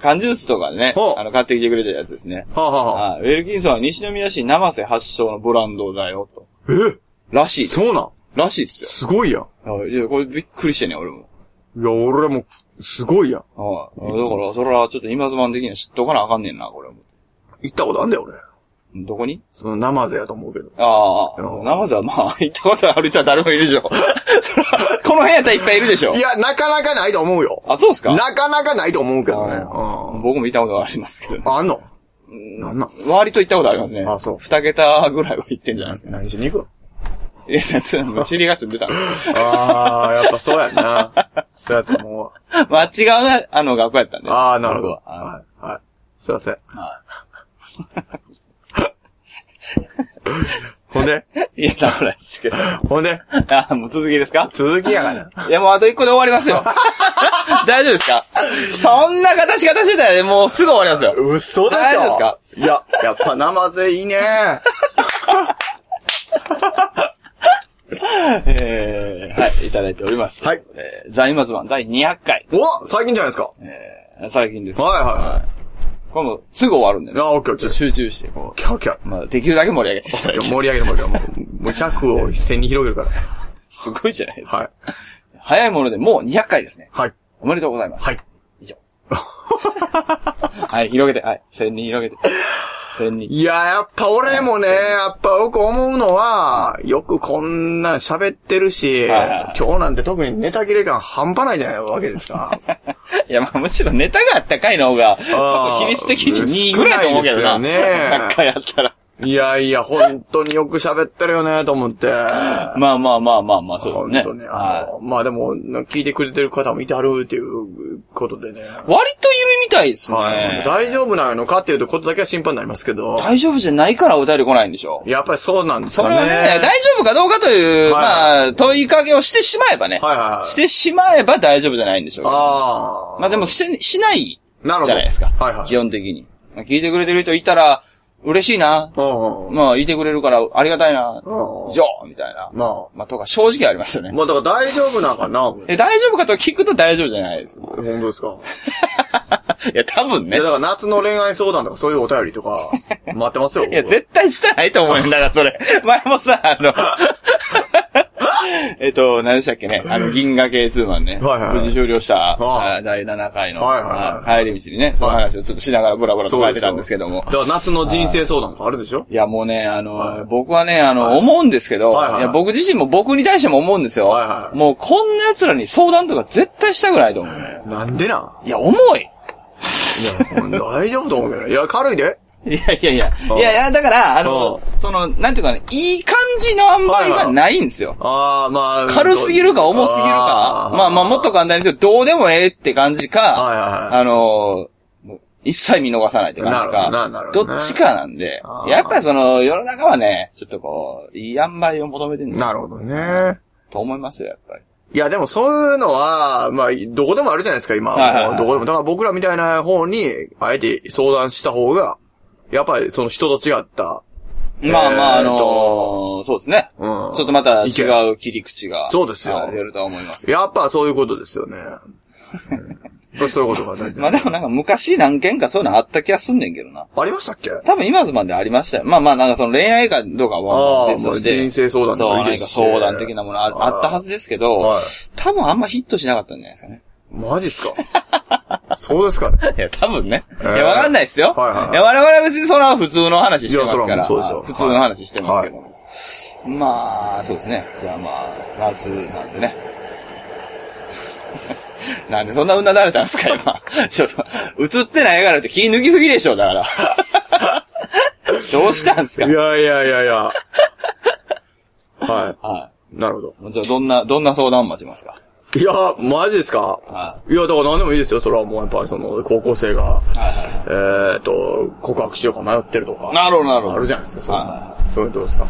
Speaker 2: 缶ジュースとかでね
Speaker 1: ほ、う
Speaker 2: あの、買ってきてくれたやつですね。
Speaker 1: はあ、はあはあ、
Speaker 2: はいウィルキンソンは西宮市生瀬発祥のブランドだよ、と。らし
Speaker 1: え
Speaker 2: い。
Speaker 1: そうなん
Speaker 2: らしいです
Speaker 1: すごいやん。
Speaker 2: よ。いや、これびっくりしてね、俺も。
Speaker 1: いや、俺らも、すごいやん。
Speaker 2: はい。だから、それはちょっと今ズマン的には知っとかなあかんねんな、これも。
Speaker 1: 行ったことあんだよ、俺。
Speaker 2: どこに
Speaker 1: その、生瀬やと思うけど。
Speaker 2: ああ、
Speaker 1: うん
Speaker 2: 生瀬はまあ、行ったことある人は誰もいるでしょ。 それはこの辺やったらいっぱいいるでしょ
Speaker 1: い。や、なかなかないと思うよ。
Speaker 2: あ、そうっすか
Speaker 1: なかなかないと思うけどね。
Speaker 2: うん
Speaker 1: う
Speaker 2: 僕も行ったことはありますけどね。
Speaker 1: ん。あんのなんなん
Speaker 2: 割と行ったことありますね。
Speaker 1: あそう
Speaker 2: 二桁ぐらいは行ってんじゃないですか。
Speaker 1: 何しに行くの
Speaker 2: いや、その知りが住んでたんですよ
Speaker 1: ああ、やっぱそうやんな。そうやと思うわ。
Speaker 2: まあ、あっち側が、あの、学校やったんで。
Speaker 1: ああ、なるほど。
Speaker 2: 僕はは
Speaker 1: はい。はい。すいません。ほんで
Speaker 2: い。いや、ダメなんですけど。あ
Speaker 1: ほんで
Speaker 2: ーもう続きですか
Speaker 1: 続きやがな。
Speaker 2: いや、もうあと一個で終わりますよ。 大丈夫ですか そんな形形してたら、もうすぐ終わりますよ。
Speaker 1: 嘘でしょ
Speaker 2: 大丈夫ですか
Speaker 1: いや、やっぱ生瀬いいね。
Speaker 2: えー、はい、いただいております。
Speaker 1: はい。
Speaker 2: えー、ザイマズマン第200回。
Speaker 1: お最近じゃないですか。
Speaker 2: えー、最近です。
Speaker 1: はいは
Speaker 2: 今度、すぐ終わるんで
Speaker 1: いはい。あ、
Speaker 2: ね。
Speaker 1: オッケーオッ
Speaker 2: ち
Speaker 1: ケ
Speaker 2: ょっと
Speaker 1: ー。
Speaker 2: 集中して、こ
Speaker 1: オッケーオッケー。
Speaker 2: う。まあ、できるだけ盛り上げていただ
Speaker 1: い
Speaker 2: い
Speaker 1: や
Speaker 2: て。
Speaker 1: 盛り上げる盛り上げる。もうもう100を1000に広げるから。
Speaker 2: すごいじゃないですか。
Speaker 1: はい。
Speaker 2: 早いものでもう200回ですね。
Speaker 1: はい。
Speaker 2: おめでとうございます。
Speaker 1: はい。
Speaker 2: 以上。はい、広げて、はい。千人広げ て。千人。
Speaker 1: いや、やっぱ俺もね、やっぱよく思うのは、よくこんなん喋ってるし、
Speaker 2: はいはいはい
Speaker 1: 今日なんて特にネタ切れ感半端ないじゃないわけですか。
Speaker 2: いや、まあ、むしろネタがあったかいの方が、多分比率的に2ぐらいと思うけどな。
Speaker 1: 少ないですよね
Speaker 2: 100回やったら。
Speaker 1: いやいや、本当によく喋ってるよね、と思って。
Speaker 2: まあまあまあまあまあ、そうですね。
Speaker 1: 本当に。あ
Speaker 2: は
Speaker 1: のまあでも、聞いてくれてる方もいてはるっていうことでね。
Speaker 2: い。割といるみたいですね。
Speaker 1: はい。大丈夫なのかっていうことだけは心配になりますけど。
Speaker 2: 大丈夫じゃないからお便り来ないんでしょ。
Speaker 1: やっぱりそうなんです
Speaker 2: そ
Speaker 1: か
Speaker 2: れ
Speaker 1: ね。
Speaker 2: はね、大丈夫かどうかという、
Speaker 1: はい
Speaker 2: まあ、問いかけをしてしまえばね。
Speaker 1: はいはいはい
Speaker 2: してしまえば大丈夫じゃないんでしょうけど
Speaker 1: ああ。
Speaker 2: まあでも、し、しない、じ
Speaker 1: なる
Speaker 2: ゃ
Speaker 1: ほど
Speaker 2: ないですか。
Speaker 1: はいはい
Speaker 2: 基本的に。まあ聞いてくれてる人いたら、嬉しいな。
Speaker 1: うんうん、
Speaker 2: まあ、いてくれるから、ありがたいな。
Speaker 1: うん
Speaker 2: じゃあ、みたいな。
Speaker 1: まあ。
Speaker 2: まあ、とか、正直ありますよね。
Speaker 1: まあだから大丈夫なんかな。
Speaker 2: え、大丈夫かと聞くと大丈夫じゃないです。
Speaker 1: 本当ですか。
Speaker 2: いや、多分
Speaker 1: い
Speaker 2: ね
Speaker 1: や、だ。から夏の恋愛相談とかそういうお便りと か、待ってますよ。
Speaker 2: いや、絶対してないと思うんだから、それ。 前もさ、あの、 えっと、何でしたっけね。あの、銀河系ツーマンね。
Speaker 1: はいはいはい
Speaker 2: 無事終了した、
Speaker 1: あ
Speaker 2: あ第7回の、
Speaker 1: はいはい
Speaker 2: あ帰り道にね、その話をちょっとしながらブラブラと書いてたんですけども
Speaker 1: だ。から夏の人生相談とかあるでしょ
Speaker 2: いや、もうね、あの、
Speaker 1: はい
Speaker 2: 僕はね、あの、思うんですけど、
Speaker 1: はいは
Speaker 2: い
Speaker 1: いはい
Speaker 2: や、僕自身も僕に対しても思うんですよ。
Speaker 1: はいはい
Speaker 2: もう、こんな奴らに相談とか絶対したくないと思うね。
Speaker 1: なんでなん
Speaker 2: いや、重い
Speaker 1: いや、ほんと大丈夫と思うけど。いや、軽いで。
Speaker 2: いやいやいや。
Speaker 1: うん
Speaker 2: いやいや、だから、あの、その、なんていうかね、いい感じの塩梅がないんですよ。
Speaker 1: ああ、まあ。
Speaker 2: 軽すぎるか重すぎるか
Speaker 1: あ。ー
Speaker 2: まあまあ、もっと簡単に言うと、どうでもええって感じ
Speaker 1: はい
Speaker 2: か
Speaker 1: は、いはい
Speaker 2: あの、もう一切見逃さないって感じ
Speaker 1: なるほどなな
Speaker 2: か
Speaker 1: る、ほどね
Speaker 2: どっちかなんで
Speaker 1: あ、ー
Speaker 2: やっぱりその、世の中はね、ちょっとこう、いい塩梅を求めてるんだ
Speaker 1: なるほどね。
Speaker 2: と思いますよ、やっぱり。
Speaker 1: いや、でもそういうのは、まあ、どこでもあるじゃないですか、今。
Speaker 2: はいはい
Speaker 1: も
Speaker 2: はい
Speaker 1: うどこでも。だから僕らみたいな方に、あえて相談した方が、やっぱりその人と違った。
Speaker 2: まあまあ、あ
Speaker 1: えーと
Speaker 2: のの、そうですね。
Speaker 1: うん
Speaker 2: ちょっとま
Speaker 1: 意
Speaker 2: た
Speaker 1: 見
Speaker 2: 違う切り口が。
Speaker 1: そうですよ
Speaker 2: はい出るとは思います。
Speaker 1: やっぱそういうことですよ ね。うんそういうことが大事。
Speaker 2: まあでもなんか昔何件かそういうのあった気がすんねんけどな。
Speaker 1: ありましたっけ
Speaker 2: 多分今ズマンでありましたよ。まあまあなんかその恋愛かどうか
Speaker 1: あ
Speaker 2: は
Speaker 1: あ
Speaker 2: 別として。
Speaker 1: まあ人生相談と
Speaker 2: そう
Speaker 1: かいい
Speaker 2: なん
Speaker 1: で
Speaker 2: か
Speaker 1: すし
Speaker 2: 相談的なものああったはずですけど、
Speaker 1: はい
Speaker 2: 多分あんまヒットしなかったんじゃないですかね。
Speaker 1: マジっす かそうですかね。
Speaker 2: いや、多分ね。い
Speaker 1: えー
Speaker 2: や、わかんないですよ。
Speaker 1: はいはいはい
Speaker 2: や、我々は別にそれは普通の話してますか
Speaker 1: いや
Speaker 2: ら。
Speaker 1: それはもうそう
Speaker 2: 普
Speaker 1: です
Speaker 2: 通
Speaker 1: よ
Speaker 2: の話してますけども。まあ、そうですね。じゃあまあ、夏なんでね。 なんでそんなうなだれたんですか、今。ちょっと、映ってないからって気抜きすぎでしょ、だから。 どうしたんです
Speaker 1: い
Speaker 2: か
Speaker 1: やいやいやいや。は。
Speaker 2: はい
Speaker 1: なるほど。
Speaker 2: い。じゃあ、どんな、どんな相談待ちますか
Speaker 1: いや、マジですか
Speaker 2: はい
Speaker 1: や、だから何でもいいですよ。それはもうやっぱりその、高校生が、えーっと、告白しようか迷ってるとか。
Speaker 2: なるほど、なるほど。
Speaker 1: あるじゃないですか、そういう
Speaker 2: はいはい
Speaker 1: の。そういうのどうですか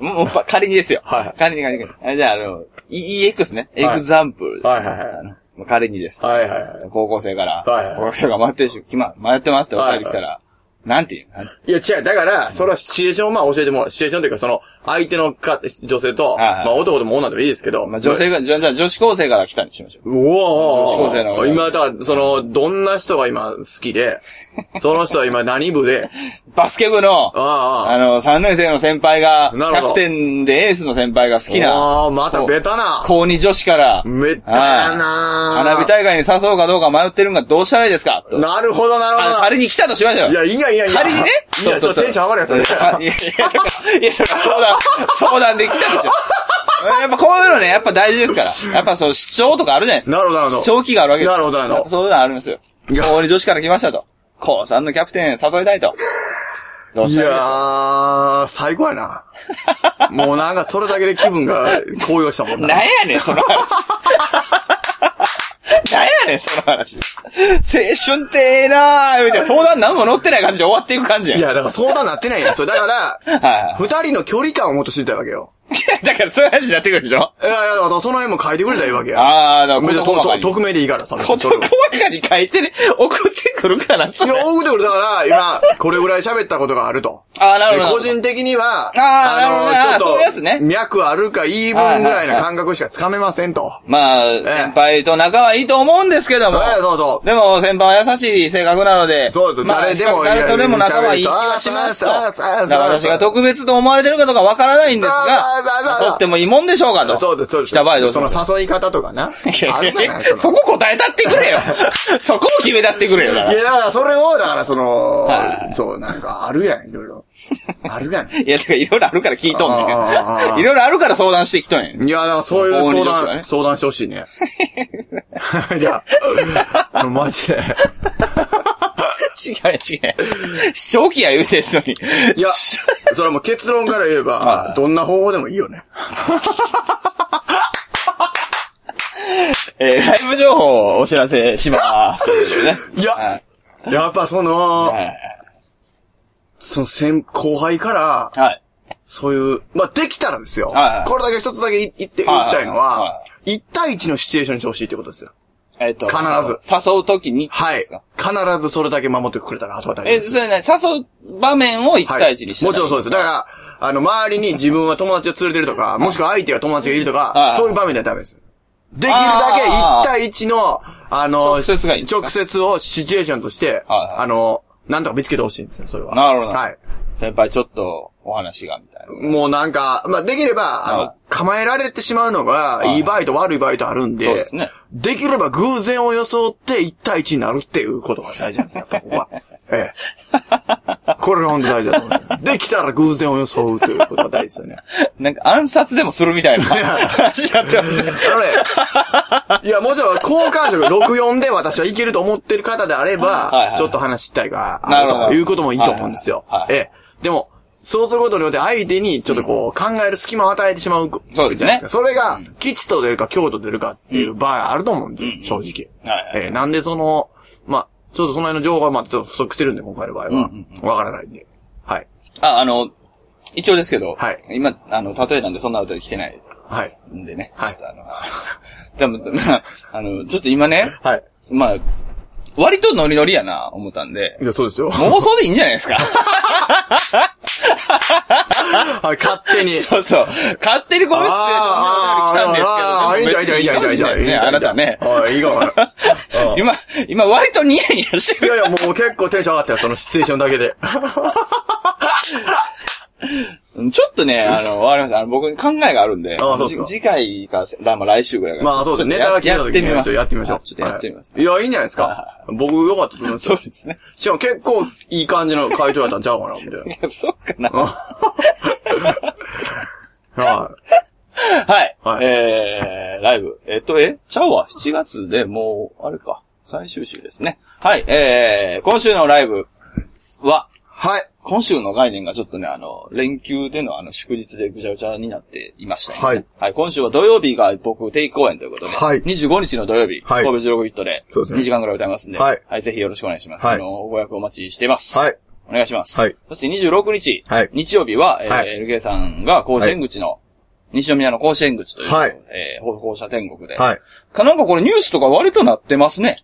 Speaker 2: もう、ま仮にですよ。
Speaker 1: はい
Speaker 2: 仮に仮に。あじゃあ、あの、E- EX ね。エグザンプルですね。
Speaker 1: はいはいはい
Speaker 2: あのまあ仮にです。
Speaker 1: はいはいはい。
Speaker 2: 高校生から、
Speaker 1: はいはい
Speaker 2: 高校生が迷ってるし、今、迷ってますって分かってきたら、なんて言うなんて
Speaker 1: いや、違う。だから、それはシチュエーションをまあ教えてもらう。シチュエーションというか、その、相手のか女性と、
Speaker 2: はいはい
Speaker 1: まあ男でも女でもいいですけど。
Speaker 2: まあ、女性が、じゃあ、じゃあ女子高生から来たにしましょう。
Speaker 1: うおー
Speaker 2: 女子高生の
Speaker 1: 今、だから、その、どんな人が今好き で、その人は今何部で、
Speaker 2: バスケ部の、
Speaker 1: ああああ
Speaker 2: あの、3年生の先輩が、キ
Speaker 1: なるほ
Speaker 2: ャ
Speaker 1: ど
Speaker 2: プテンでエースの先輩が好きな、
Speaker 1: ああ、またベタな。
Speaker 2: 高2女子から、
Speaker 1: めったやな
Speaker 2: はい花火大会に誘うかどうか迷ってるんがどうしたらいいですかと。
Speaker 1: なるほど、なるほ
Speaker 2: あ
Speaker 1: ど。
Speaker 2: 仮に来たとしましょう。
Speaker 1: いや、いいや、いいや、いいや。
Speaker 2: 仮にね。
Speaker 1: いや、そう、テンション上がるやつだね。
Speaker 2: いや、いや、だからいや、だから相談、相談できたでしょ。やっぱこういうのね、やっぱ大事ですから。やっぱそう、主張とかあるじゃないですか。
Speaker 1: なるほどなるほど
Speaker 2: 主張期があるわけですよ
Speaker 1: なるほどなるほど
Speaker 2: やっぱそういうのあるんですよ。
Speaker 1: いや
Speaker 2: 高に女子から来ましたと。高3のキャプテン誘いたいと。どう
Speaker 1: い
Speaker 2: した
Speaker 1: や
Speaker 2: ら
Speaker 1: ー、最高やな。 もうなんか、それだけで気分が高揚したもん
Speaker 2: いいですか
Speaker 1: な。
Speaker 2: なんやねん、その話。 なんやねん、その話。青春ってええなーみたいな相談何も乗ってない感じで終わっていく感じやん。
Speaker 1: いや、だから相談なってないやん。それだ から、
Speaker 2: はいはい。
Speaker 1: 二人の距離感をもっと知りたいわけよ。
Speaker 2: だからそういう 話になってくるでしょ
Speaker 1: いやいや、だからその辺も書いてくれたらいいわけや。
Speaker 2: ああ、だから
Speaker 1: 別
Speaker 2: 事
Speaker 1: に
Speaker 2: 細か
Speaker 1: と
Speaker 2: に。
Speaker 1: 匿名でいいから、その
Speaker 2: 事
Speaker 1: それ
Speaker 2: 細
Speaker 1: を
Speaker 2: かに書いてね、送ってくるから、そ
Speaker 1: い
Speaker 2: れ。
Speaker 1: や、送ってくれたから、今、これぐらい喋ったことがあると。
Speaker 2: ああ、なる
Speaker 1: で
Speaker 2: ほど。
Speaker 1: 個人的には、
Speaker 2: あーなるほどね
Speaker 1: の
Speaker 2: あーそういうやつね
Speaker 1: 脈あるか言い分ぐらいの感覚しかつかめませんと。
Speaker 2: まあ、先輩と仲はいいと思うんですけども。
Speaker 1: はい、そうそう。
Speaker 2: でも、先輩は優しい性格なので。
Speaker 1: そうそう
Speaker 2: まあ、
Speaker 1: 誰でも
Speaker 2: 誰とでも仲はいい気がします
Speaker 1: そ
Speaker 2: と。
Speaker 1: うそうそうそう
Speaker 2: だから私が特別と思われてるかどうかわからないんです
Speaker 1: そうそうそうそ
Speaker 2: が、
Speaker 1: う
Speaker 2: 誘ってもいいもんでしょうかと。
Speaker 1: そうです、そうです。
Speaker 2: 来た場合どうす
Speaker 1: そ
Speaker 2: る
Speaker 1: の誘い方とかな。
Speaker 2: いや
Speaker 1: あ
Speaker 2: い
Speaker 1: るじゃ
Speaker 2: や
Speaker 1: ないいそ
Speaker 2: やそ
Speaker 1: の
Speaker 2: こ答えたってくれよ。 そこを決めたってくれよ。だか
Speaker 1: い
Speaker 2: ら
Speaker 1: や、だからそれを、だからその
Speaker 2: は、
Speaker 1: そう、なんかあるやん、いろい ろ。あるやん。
Speaker 2: いや、だからいろいろあるから聞いとん
Speaker 1: あー
Speaker 2: ね
Speaker 1: あーあー
Speaker 2: ん。いろいろあるから相談してきとんねん。
Speaker 1: いや、だからそういう
Speaker 2: 大
Speaker 1: 相
Speaker 2: 喜利女子が
Speaker 1: 談、
Speaker 2: ね
Speaker 1: 相談してほしい ね。 いや、マジで。
Speaker 2: 違う違う。視聴器や言うてんのに。
Speaker 1: いや、それはもう結論から言えば
Speaker 2: は、い
Speaker 1: どんな方法でもいいよね。
Speaker 2: えーライブ情報をお知らせします。ということでね
Speaker 1: い
Speaker 2: は
Speaker 1: や
Speaker 2: い、
Speaker 1: やっぱその、
Speaker 2: はい。
Speaker 1: その先、後輩から、
Speaker 2: はい。
Speaker 1: そういう、まあ、できたらですよ
Speaker 2: はいは。い
Speaker 1: これだけ一つだけ言って、言いたいの
Speaker 2: はいはい
Speaker 1: は
Speaker 2: は、
Speaker 1: 1対1のシチュエーションにしてほしいってことですよ。
Speaker 2: えっと、
Speaker 1: 必
Speaker 2: ず。誘うときに。
Speaker 1: はい。
Speaker 2: です
Speaker 1: 必
Speaker 2: か
Speaker 1: ずそれだけ守ってくれたら後は大丈夫
Speaker 2: え、
Speaker 1: です。
Speaker 2: それね、誘う場面を一
Speaker 1: はい
Speaker 2: 対一にして。
Speaker 1: もちろんそう
Speaker 2: う。
Speaker 1: です。だから、あの、周りに自分は友達を連れてるとか、もしくは相手が友達がいると
Speaker 2: はいは
Speaker 1: か
Speaker 2: い、
Speaker 1: そういう場面ではダメです。できるだけ
Speaker 2: あ
Speaker 1: 1
Speaker 2: ー
Speaker 1: 対1の、あの、
Speaker 2: 直接がいいんですか
Speaker 1: 直接をシチュエーションとして、
Speaker 2: はいはい
Speaker 1: あの、なんとか見つけてほしいんですよ、それは。
Speaker 2: なるほど
Speaker 1: はい。
Speaker 2: 先輩ちょっとお話が、みたいな。
Speaker 1: もうなんか、まあ、できれば、あの、
Speaker 2: はい
Speaker 1: 構えられてしまうのが、いい場合と悪い場合とあるんで、
Speaker 2: そうですね
Speaker 1: できれば偶然を装って1対1になるっていうことが大事なんですよ、やっぱこ こは。ええ。これが本当に大事だと思うんですよ。できたら偶然を装うということが大事ですよね。
Speaker 2: なんか暗殺でもするみたいな話になってま すね。
Speaker 1: あのね、いや、もちろん、好感触64で私はいけると思ってる方であれ
Speaker 2: はいは
Speaker 1: ば、
Speaker 2: い
Speaker 1: ちょっと話したいが
Speaker 2: な
Speaker 1: ある
Speaker 2: るほど
Speaker 1: ということもいいと思うんですよ
Speaker 2: はいは。い
Speaker 1: ええ。でも、そうすることによって相手にちょっとこう、考える隙間を与えてしまう
Speaker 2: そうで
Speaker 1: じ
Speaker 2: すね
Speaker 1: ゃないか。それが、吉と出るか京と出るかっていう場合あると思うんですよ、正直。
Speaker 2: はいはい
Speaker 1: ええ、なんでその、まあ、ちょっとその辺の情報がまあちょっと不足してるんで、今回の場合は。わからないんで。はい。
Speaker 2: あ、あの、一応ですけど、
Speaker 1: はい
Speaker 2: 今、あの、例えなんでそんな歌で来てない
Speaker 1: はい。
Speaker 2: んでね。
Speaker 1: はい
Speaker 2: ちょっとあの、 多分、まああの、ちょっと今ね、
Speaker 1: はい。
Speaker 2: まあ、割とノリノリやな、思ったんで。
Speaker 1: いや、そうですよ。
Speaker 2: 妄想でいいんじゃないですか
Speaker 1: はい、勝手に。
Speaker 2: そうそう。勝手にこの
Speaker 1: あー
Speaker 2: シチュエーションでお便り
Speaker 1: あー
Speaker 2: 来たんですけど。
Speaker 1: あーあーいいんじゃんいいんじゃんいいんじゃんいいんじ
Speaker 2: ね、
Speaker 1: ゃん
Speaker 2: あなたね。
Speaker 1: あいいかもな。うん
Speaker 2: 今、今割とニヤニヤして
Speaker 1: い
Speaker 2: る。
Speaker 1: やいや、もう結構テンション上がったよ、そのシチュエーションだけで。
Speaker 2: ちょっとね、あの、わかりました。あの、僕に考えがあるんで、
Speaker 1: あーそうですか
Speaker 2: じ次回か、まあ来週ぐらいか
Speaker 1: まあそうですね。ネタが来
Speaker 2: や
Speaker 1: た
Speaker 2: っ
Speaker 1: 時
Speaker 2: て
Speaker 1: に
Speaker 2: み
Speaker 1: ね
Speaker 2: ます。
Speaker 1: やってみましょう
Speaker 2: はい。ちょっとやってみます。
Speaker 1: はいいや、いいんじゃないですか。僕良かったと思います
Speaker 2: そう
Speaker 1: よ。
Speaker 2: ですね。
Speaker 1: しかも結構いい感じの回答やったんちゃうかな、みたい
Speaker 2: いやそうかな。
Speaker 1: な。は
Speaker 2: はい。
Speaker 1: はい
Speaker 2: えー、ライブ。えっと、え、ちゃうわ。7月でもう、あれか。最終週ですね。はい。えー、今週のライブは、
Speaker 1: い。はい。
Speaker 2: 今週の概念がちょっとね、あの、連休でのあの、祝日でぐちゃぐちゃになっていましたね。
Speaker 1: はい。
Speaker 2: はい、今週は土曜日が僕、定期公演ということで、
Speaker 1: はい
Speaker 2: 25日の土曜日、
Speaker 1: はい
Speaker 2: 神戸16ビットで、
Speaker 1: そうですね
Speaker 2: 2時間ぐらい歌いますんで、
Speaker 1: はい
Speaker 2: ぜひよろしくお願いします。
Speaker 1: はい
Speaker 2: あの、ご予約お待ちしています。
Speaker 1: はい。
Speaker 2: お願いします。
Speaker 1: はい
Speaker 2: そして26日、
Speaker 1: はい
Speaker 2: 日曜日は、えー
Speaker 1: はい
Speaker 2: LK さんが甲子園口の、西宮の甲子園口という、
Speaker 1: はい
Speaker 2: えー、放射天国で、
Speaker 1: はい。
Speaker 2: か、なんかこれニュースとか割となってますね。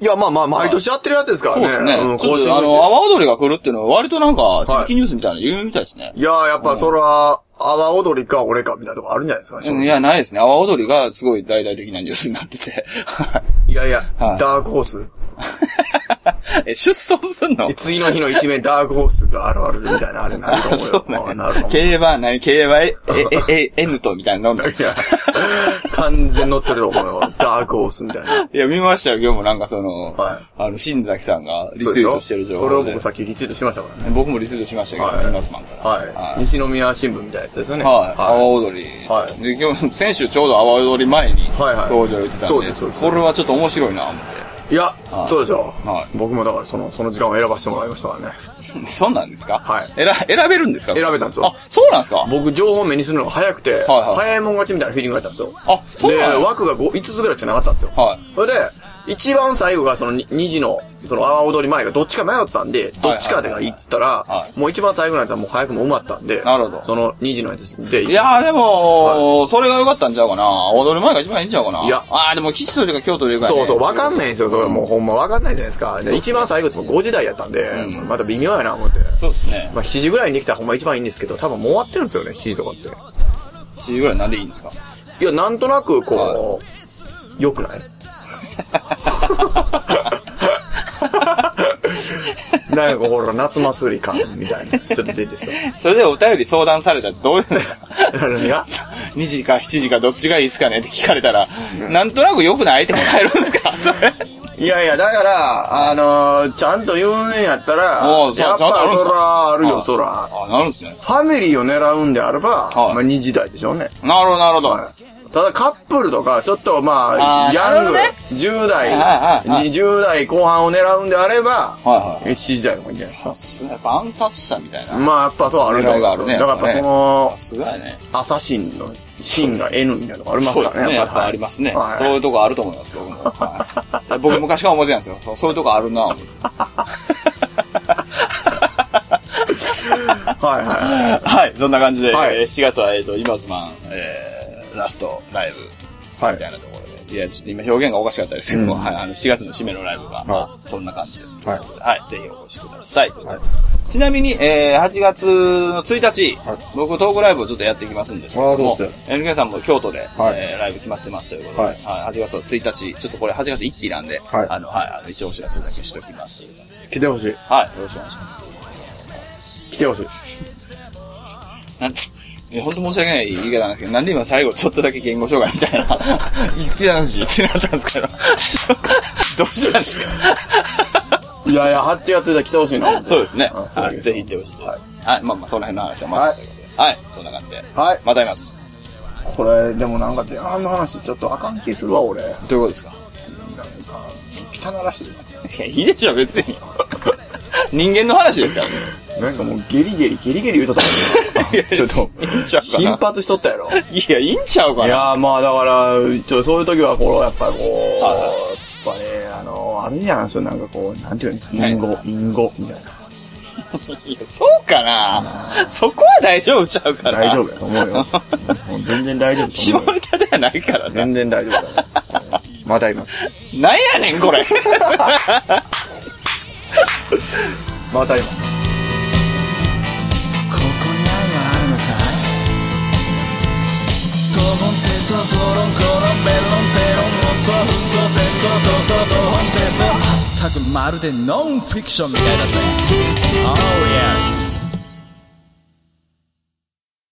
Speaker 1: いや、まあまあ、毎年やってるやつですから
Speaker 2: そう
Speaker 1: ね。
Speaker 2: ですね。
Speaker 1: うん、
Speaker 2: ちょ
Speaker 1: 更
Speaker 2: っ
Speaker 1: 新
Speaker 2: とあの、阿波踊りが来るっていうのは割となんか、地域ニュースみたいなの言うみたいですね。
Speaker 1: いやー、やっぱそれは、阿波踊りか俺かみたいなとこあるんじゃないですか、正
Speaker 2: うん
Speaker 1: 直
Speaker 2: いや、ないですね。阿波踊りがすごい大々的なニュースになってて。
Speaker 1: いやいや、
Speaker 2: はい
Speaker 1: ダークホース。
Speaker 2: え、出走すんの
Speaker 1: 次の日の一面ダークホースが現れるみたいな、あれなると思うよ。
Speaker 2: そうなん
Speaker 1: なる
Speaker 2: や
Speaker 1: と思う。
Speaker 2: 競馬、何競馬、え、え、え、え、N とみたいなの飲んだ。
Speaker 1: いや、完全乗ってると思うよ。ダークホースみたいな。
Speaker 2: いや、見ましたよ、今日もなんかその、
Speaker 1: はい
Speaker 2: あの、新崎さんがリツイートしてる情
Speaker 1: それを
Speaker 2: 報で。
Speaker 1: 僕さっきリツイートしましたからね。
Speaker 2: 僕もリツイートしましたけど、
Speaker 1: はい
Speaker 2: 見ますマンから。
Speaker 1: はい。西宮新聞みたいなやつですよね。
Speaker 2: はい。阿
Speaker 1: い
Speaker 2: 波踊り。
Speaker 1: はい
Speaker 2: で、今日、先週ちょうど阿波踊り前に、
Speaker 1: はいはい
Speaker 2: 登場言ってたんで、
Speaker 1: そうですそうです
Speaker 2: これはちょっと面白いな、思っ
Speaker 1: いや、そうでしょう。
Speaker 2: はい
Speaker 1: 僕もだからその、その時間を選ばせてもらいましたからね。
Speaker 2: て。そうなんですか
Speaker 1: はい
Speaker 2: 選、選べるんですか
Speaker 1: 選べたんですよ
Speaker 2: あ、そうなんですか
Speaker 1: 僕、情報目にするのが早くて、
Speaker 2: はい
Speaker 1: 早いもん勝ちみたいなフィーリングだったんですよ。
Speaker 2: あ、そう
Speaker 1: で、
Speaker 2: なんですか
Speaker 1: 枠が 5, つぐらいしかなかったんですよ。
Speaker 2: はい
Speaker 1: それで、一番最後がそのに2時の、その阿波踊り前がどっちか迷ったんで、どっちかでがいいっつったら、
Speaker 2: はい
Speaker 1: もう一番最後のやつはもう早くも埋まったんで、
Speaker 2: なるほど
Speaker 1: その2時のやつで、
Speaker 2: いやーでも、それが良かったんちゃうかな。踊る前が一番いいんちゃうかな。
Speaker 1: いや
Speaker 2: あーでも吉というか京都というか、ね。
Speaker 1: そうそう、わかんないんですよ。それもうほんまわかんないじゃないですか。で一番最後っても5時台やったんで、また微妙やな思って。
Speaker 2: そうですね。
Speaker 1: まあ7時ぐらいにできたらほんま一番いいんですけど、多分もう終わってるんですよね、7時とかっ
Speaker 2: 7時ぐらいなんでいいんですか
Speaker 1: て。いや、なんとなくこう、良くない なんかこうほら、夏祭り感みたいな。ちょっと出てさ。
Speaker 2: それでお便り相談されたらどういうの
Speaker 1: 何が
Speaker 2: ?2 時か7時かどっちがいいですかねって聞かれたら、なんとなく良くないって答えるんです かそれ。
Speaker 1: いやいや、だから、あのーちゃんと言うんやったら、
Speaker 2: お
Speaker 1: や
Speaker 2: う
Speaker 1: っぱ
Speaker 2: そうちゃんとあるんす
Speaker 1: そ、
Speaker 2: から
Speaker 1: ある
Speaker 2: は
Speaker 1: よ、
Speaker 2: い
Speaker 1: そら。
Speaker 2: あ、なるんですね。
Speaker 1: ファミリーを狙うんであれば、
Speaker 2: はい
Speaker 1: まあ2時代でしょうね。
Speaker 2: なるほど、なるほど。
Speaker 1: はいただカップルとか、ちょっとまあ、
Speaker 2: あー
Speaker 1: ヤ
Speaker 2: なる
Speaker 1: ン
Speaker 2: ほど
Speaker 1: グ、
Speaker 2: ね
Speaker 1: 10代
Speaker 2: はいはいは、い
Speaker 1: 20代後半を狙うんであれば、
Speaker 2: はいはい
Speaker 1: 7時代の方がいいんじゃないです
Speaker 2: さ
Speaker 1: か。
Speaker 2: すが、やっぱ暗殺者みたいな。
Speaker 1: まあやっぱそうあるんだ
Speaker 2: 狙いがある
Speaker 1: だ
Speaker 2: ね
Speaker 1: からやっぱその
Speaker 2: さ、すがやね。
Speaker 1: アサシンのシンが N みたいなのがあります
Speaker 2: そう
Speaker 1: か
Speaker 2: です
Speaker 1: らね。
Speaker 2: ね。やっ
Speaker 1: は
Speaker 2: ぱ
Speaker 1: い
Speaker 2: ありますね。
Speaker 1: はい
Speaker 2: そういうとこあると思います、僕も。はい僕昔から思ってたんですよ。そうそういうとこあるな、思って。
Speaker 1: はいはいは
Speaker 2: はい、そんな感じで、
Speaker 1: はい
Speaker 2: えー7月は、えっ、と、今ズマン、えー、ラスト、ライブ、
Speaker 1: はい
Speaker 2: みたいなところで。いや、ちょっと今表現がおかしかったですけども、はい、あの、7月の締めのライブが、
Speaker 1: は
Speaker 2: そんな感じです。
Speaker 1: はい
Speaker 2: はい、ぜひお越しください。ちなみに、えー、8月の1日、
Speaker 1: はい
Speaker 2: 僕、トークライブをちょっとやっていきますんですけど
Speaker 1: あー
Speaker 2: も
Speaker 1: そうで、
Speaker 2: NK さんも京都で、
Speaker 1: はい
Speaker 2: えーライブ決まってますということで、
Speaker 1: は
Speaker 2: はいい、8月の1日、ちょっとこれ8月1日なんで、
Speaker 1: はい
Speaker 2: あの、はい、あの一応お知らせだけしておきますという感じで
Speaker 1: い。来てほしい。
Speaker 2: はい、よろしくお願いします。
Speaker 1: 来てほしい。
Speaker 2: なんえ 本当申し訳ない言い方なんですけど、なんで今最後ちょっとだけ言語障害みたいな、 言ってたし、ってなったんですけど、 どうしたんですか
Speaker 1: いやいや、8月で来てほしいな。
Speaker 2: そうですね。
Speaker 1: あそうだ
Speaker 2: は
Speaker 1: け
Speaker 2: い
Speaker 1: ど
Speaker 2: ぜひ行ってほしいです。はい、まあまあ、その辺の話はま
Speaker 1: はい
Speaker 2: た。はい、そんな感じで。
Speaker 1: はい。
Speaker 2: また会います。
Speaker 1: これ、でもなんか前半の話、ちょっとあかん気するわ、俺。なんか、
Speaker 2: どういうことですか
Speaker 1: 汚らしいわ。
Speaker 2: いや、いいでしょ、別に。 人間の話ですからね。
Speaker 1: なんかもうゲリゲリ、ゲリゲリ言うとった もんちょっと、
Speaker 2: いいんちゃうか
Speaker 1: 頻
Speaker 2: な。
Speaker 1: 発しとったやろ。い
Speaker 2: いや、いいんちゃうかな。
Speaker 1: やーまあだから、ちょ、そういう時はこう、やっぱりこ
Speaker 2: は
Speaker 1: う、やっぱね、あの、あるじゃん、そうなんかこう、なんていうの、隠語、隠語、みたい
Speaker 2: いやそうかな。そこは大丈夫ちゃうか
Speaker 1: な。
Speaker 2: ら。
Speaker 1: 大丈夫やと思うよ。もう全然大丈夫と
Speaker 2: 下
Speaker 1: 思うよ。
Speaker 2: ネタではないからな。
Speaker 1: 全然大丈夫だね。またいます。
Speaker 2: なんやねん、これ。
Speaker 1: またいます。
Speaker 3: この
Speaker 2: セソトロンコロンベロンセロンモソフソセソトソトホンセソまったくまるでノンフィクションみたいだぜ Oh yes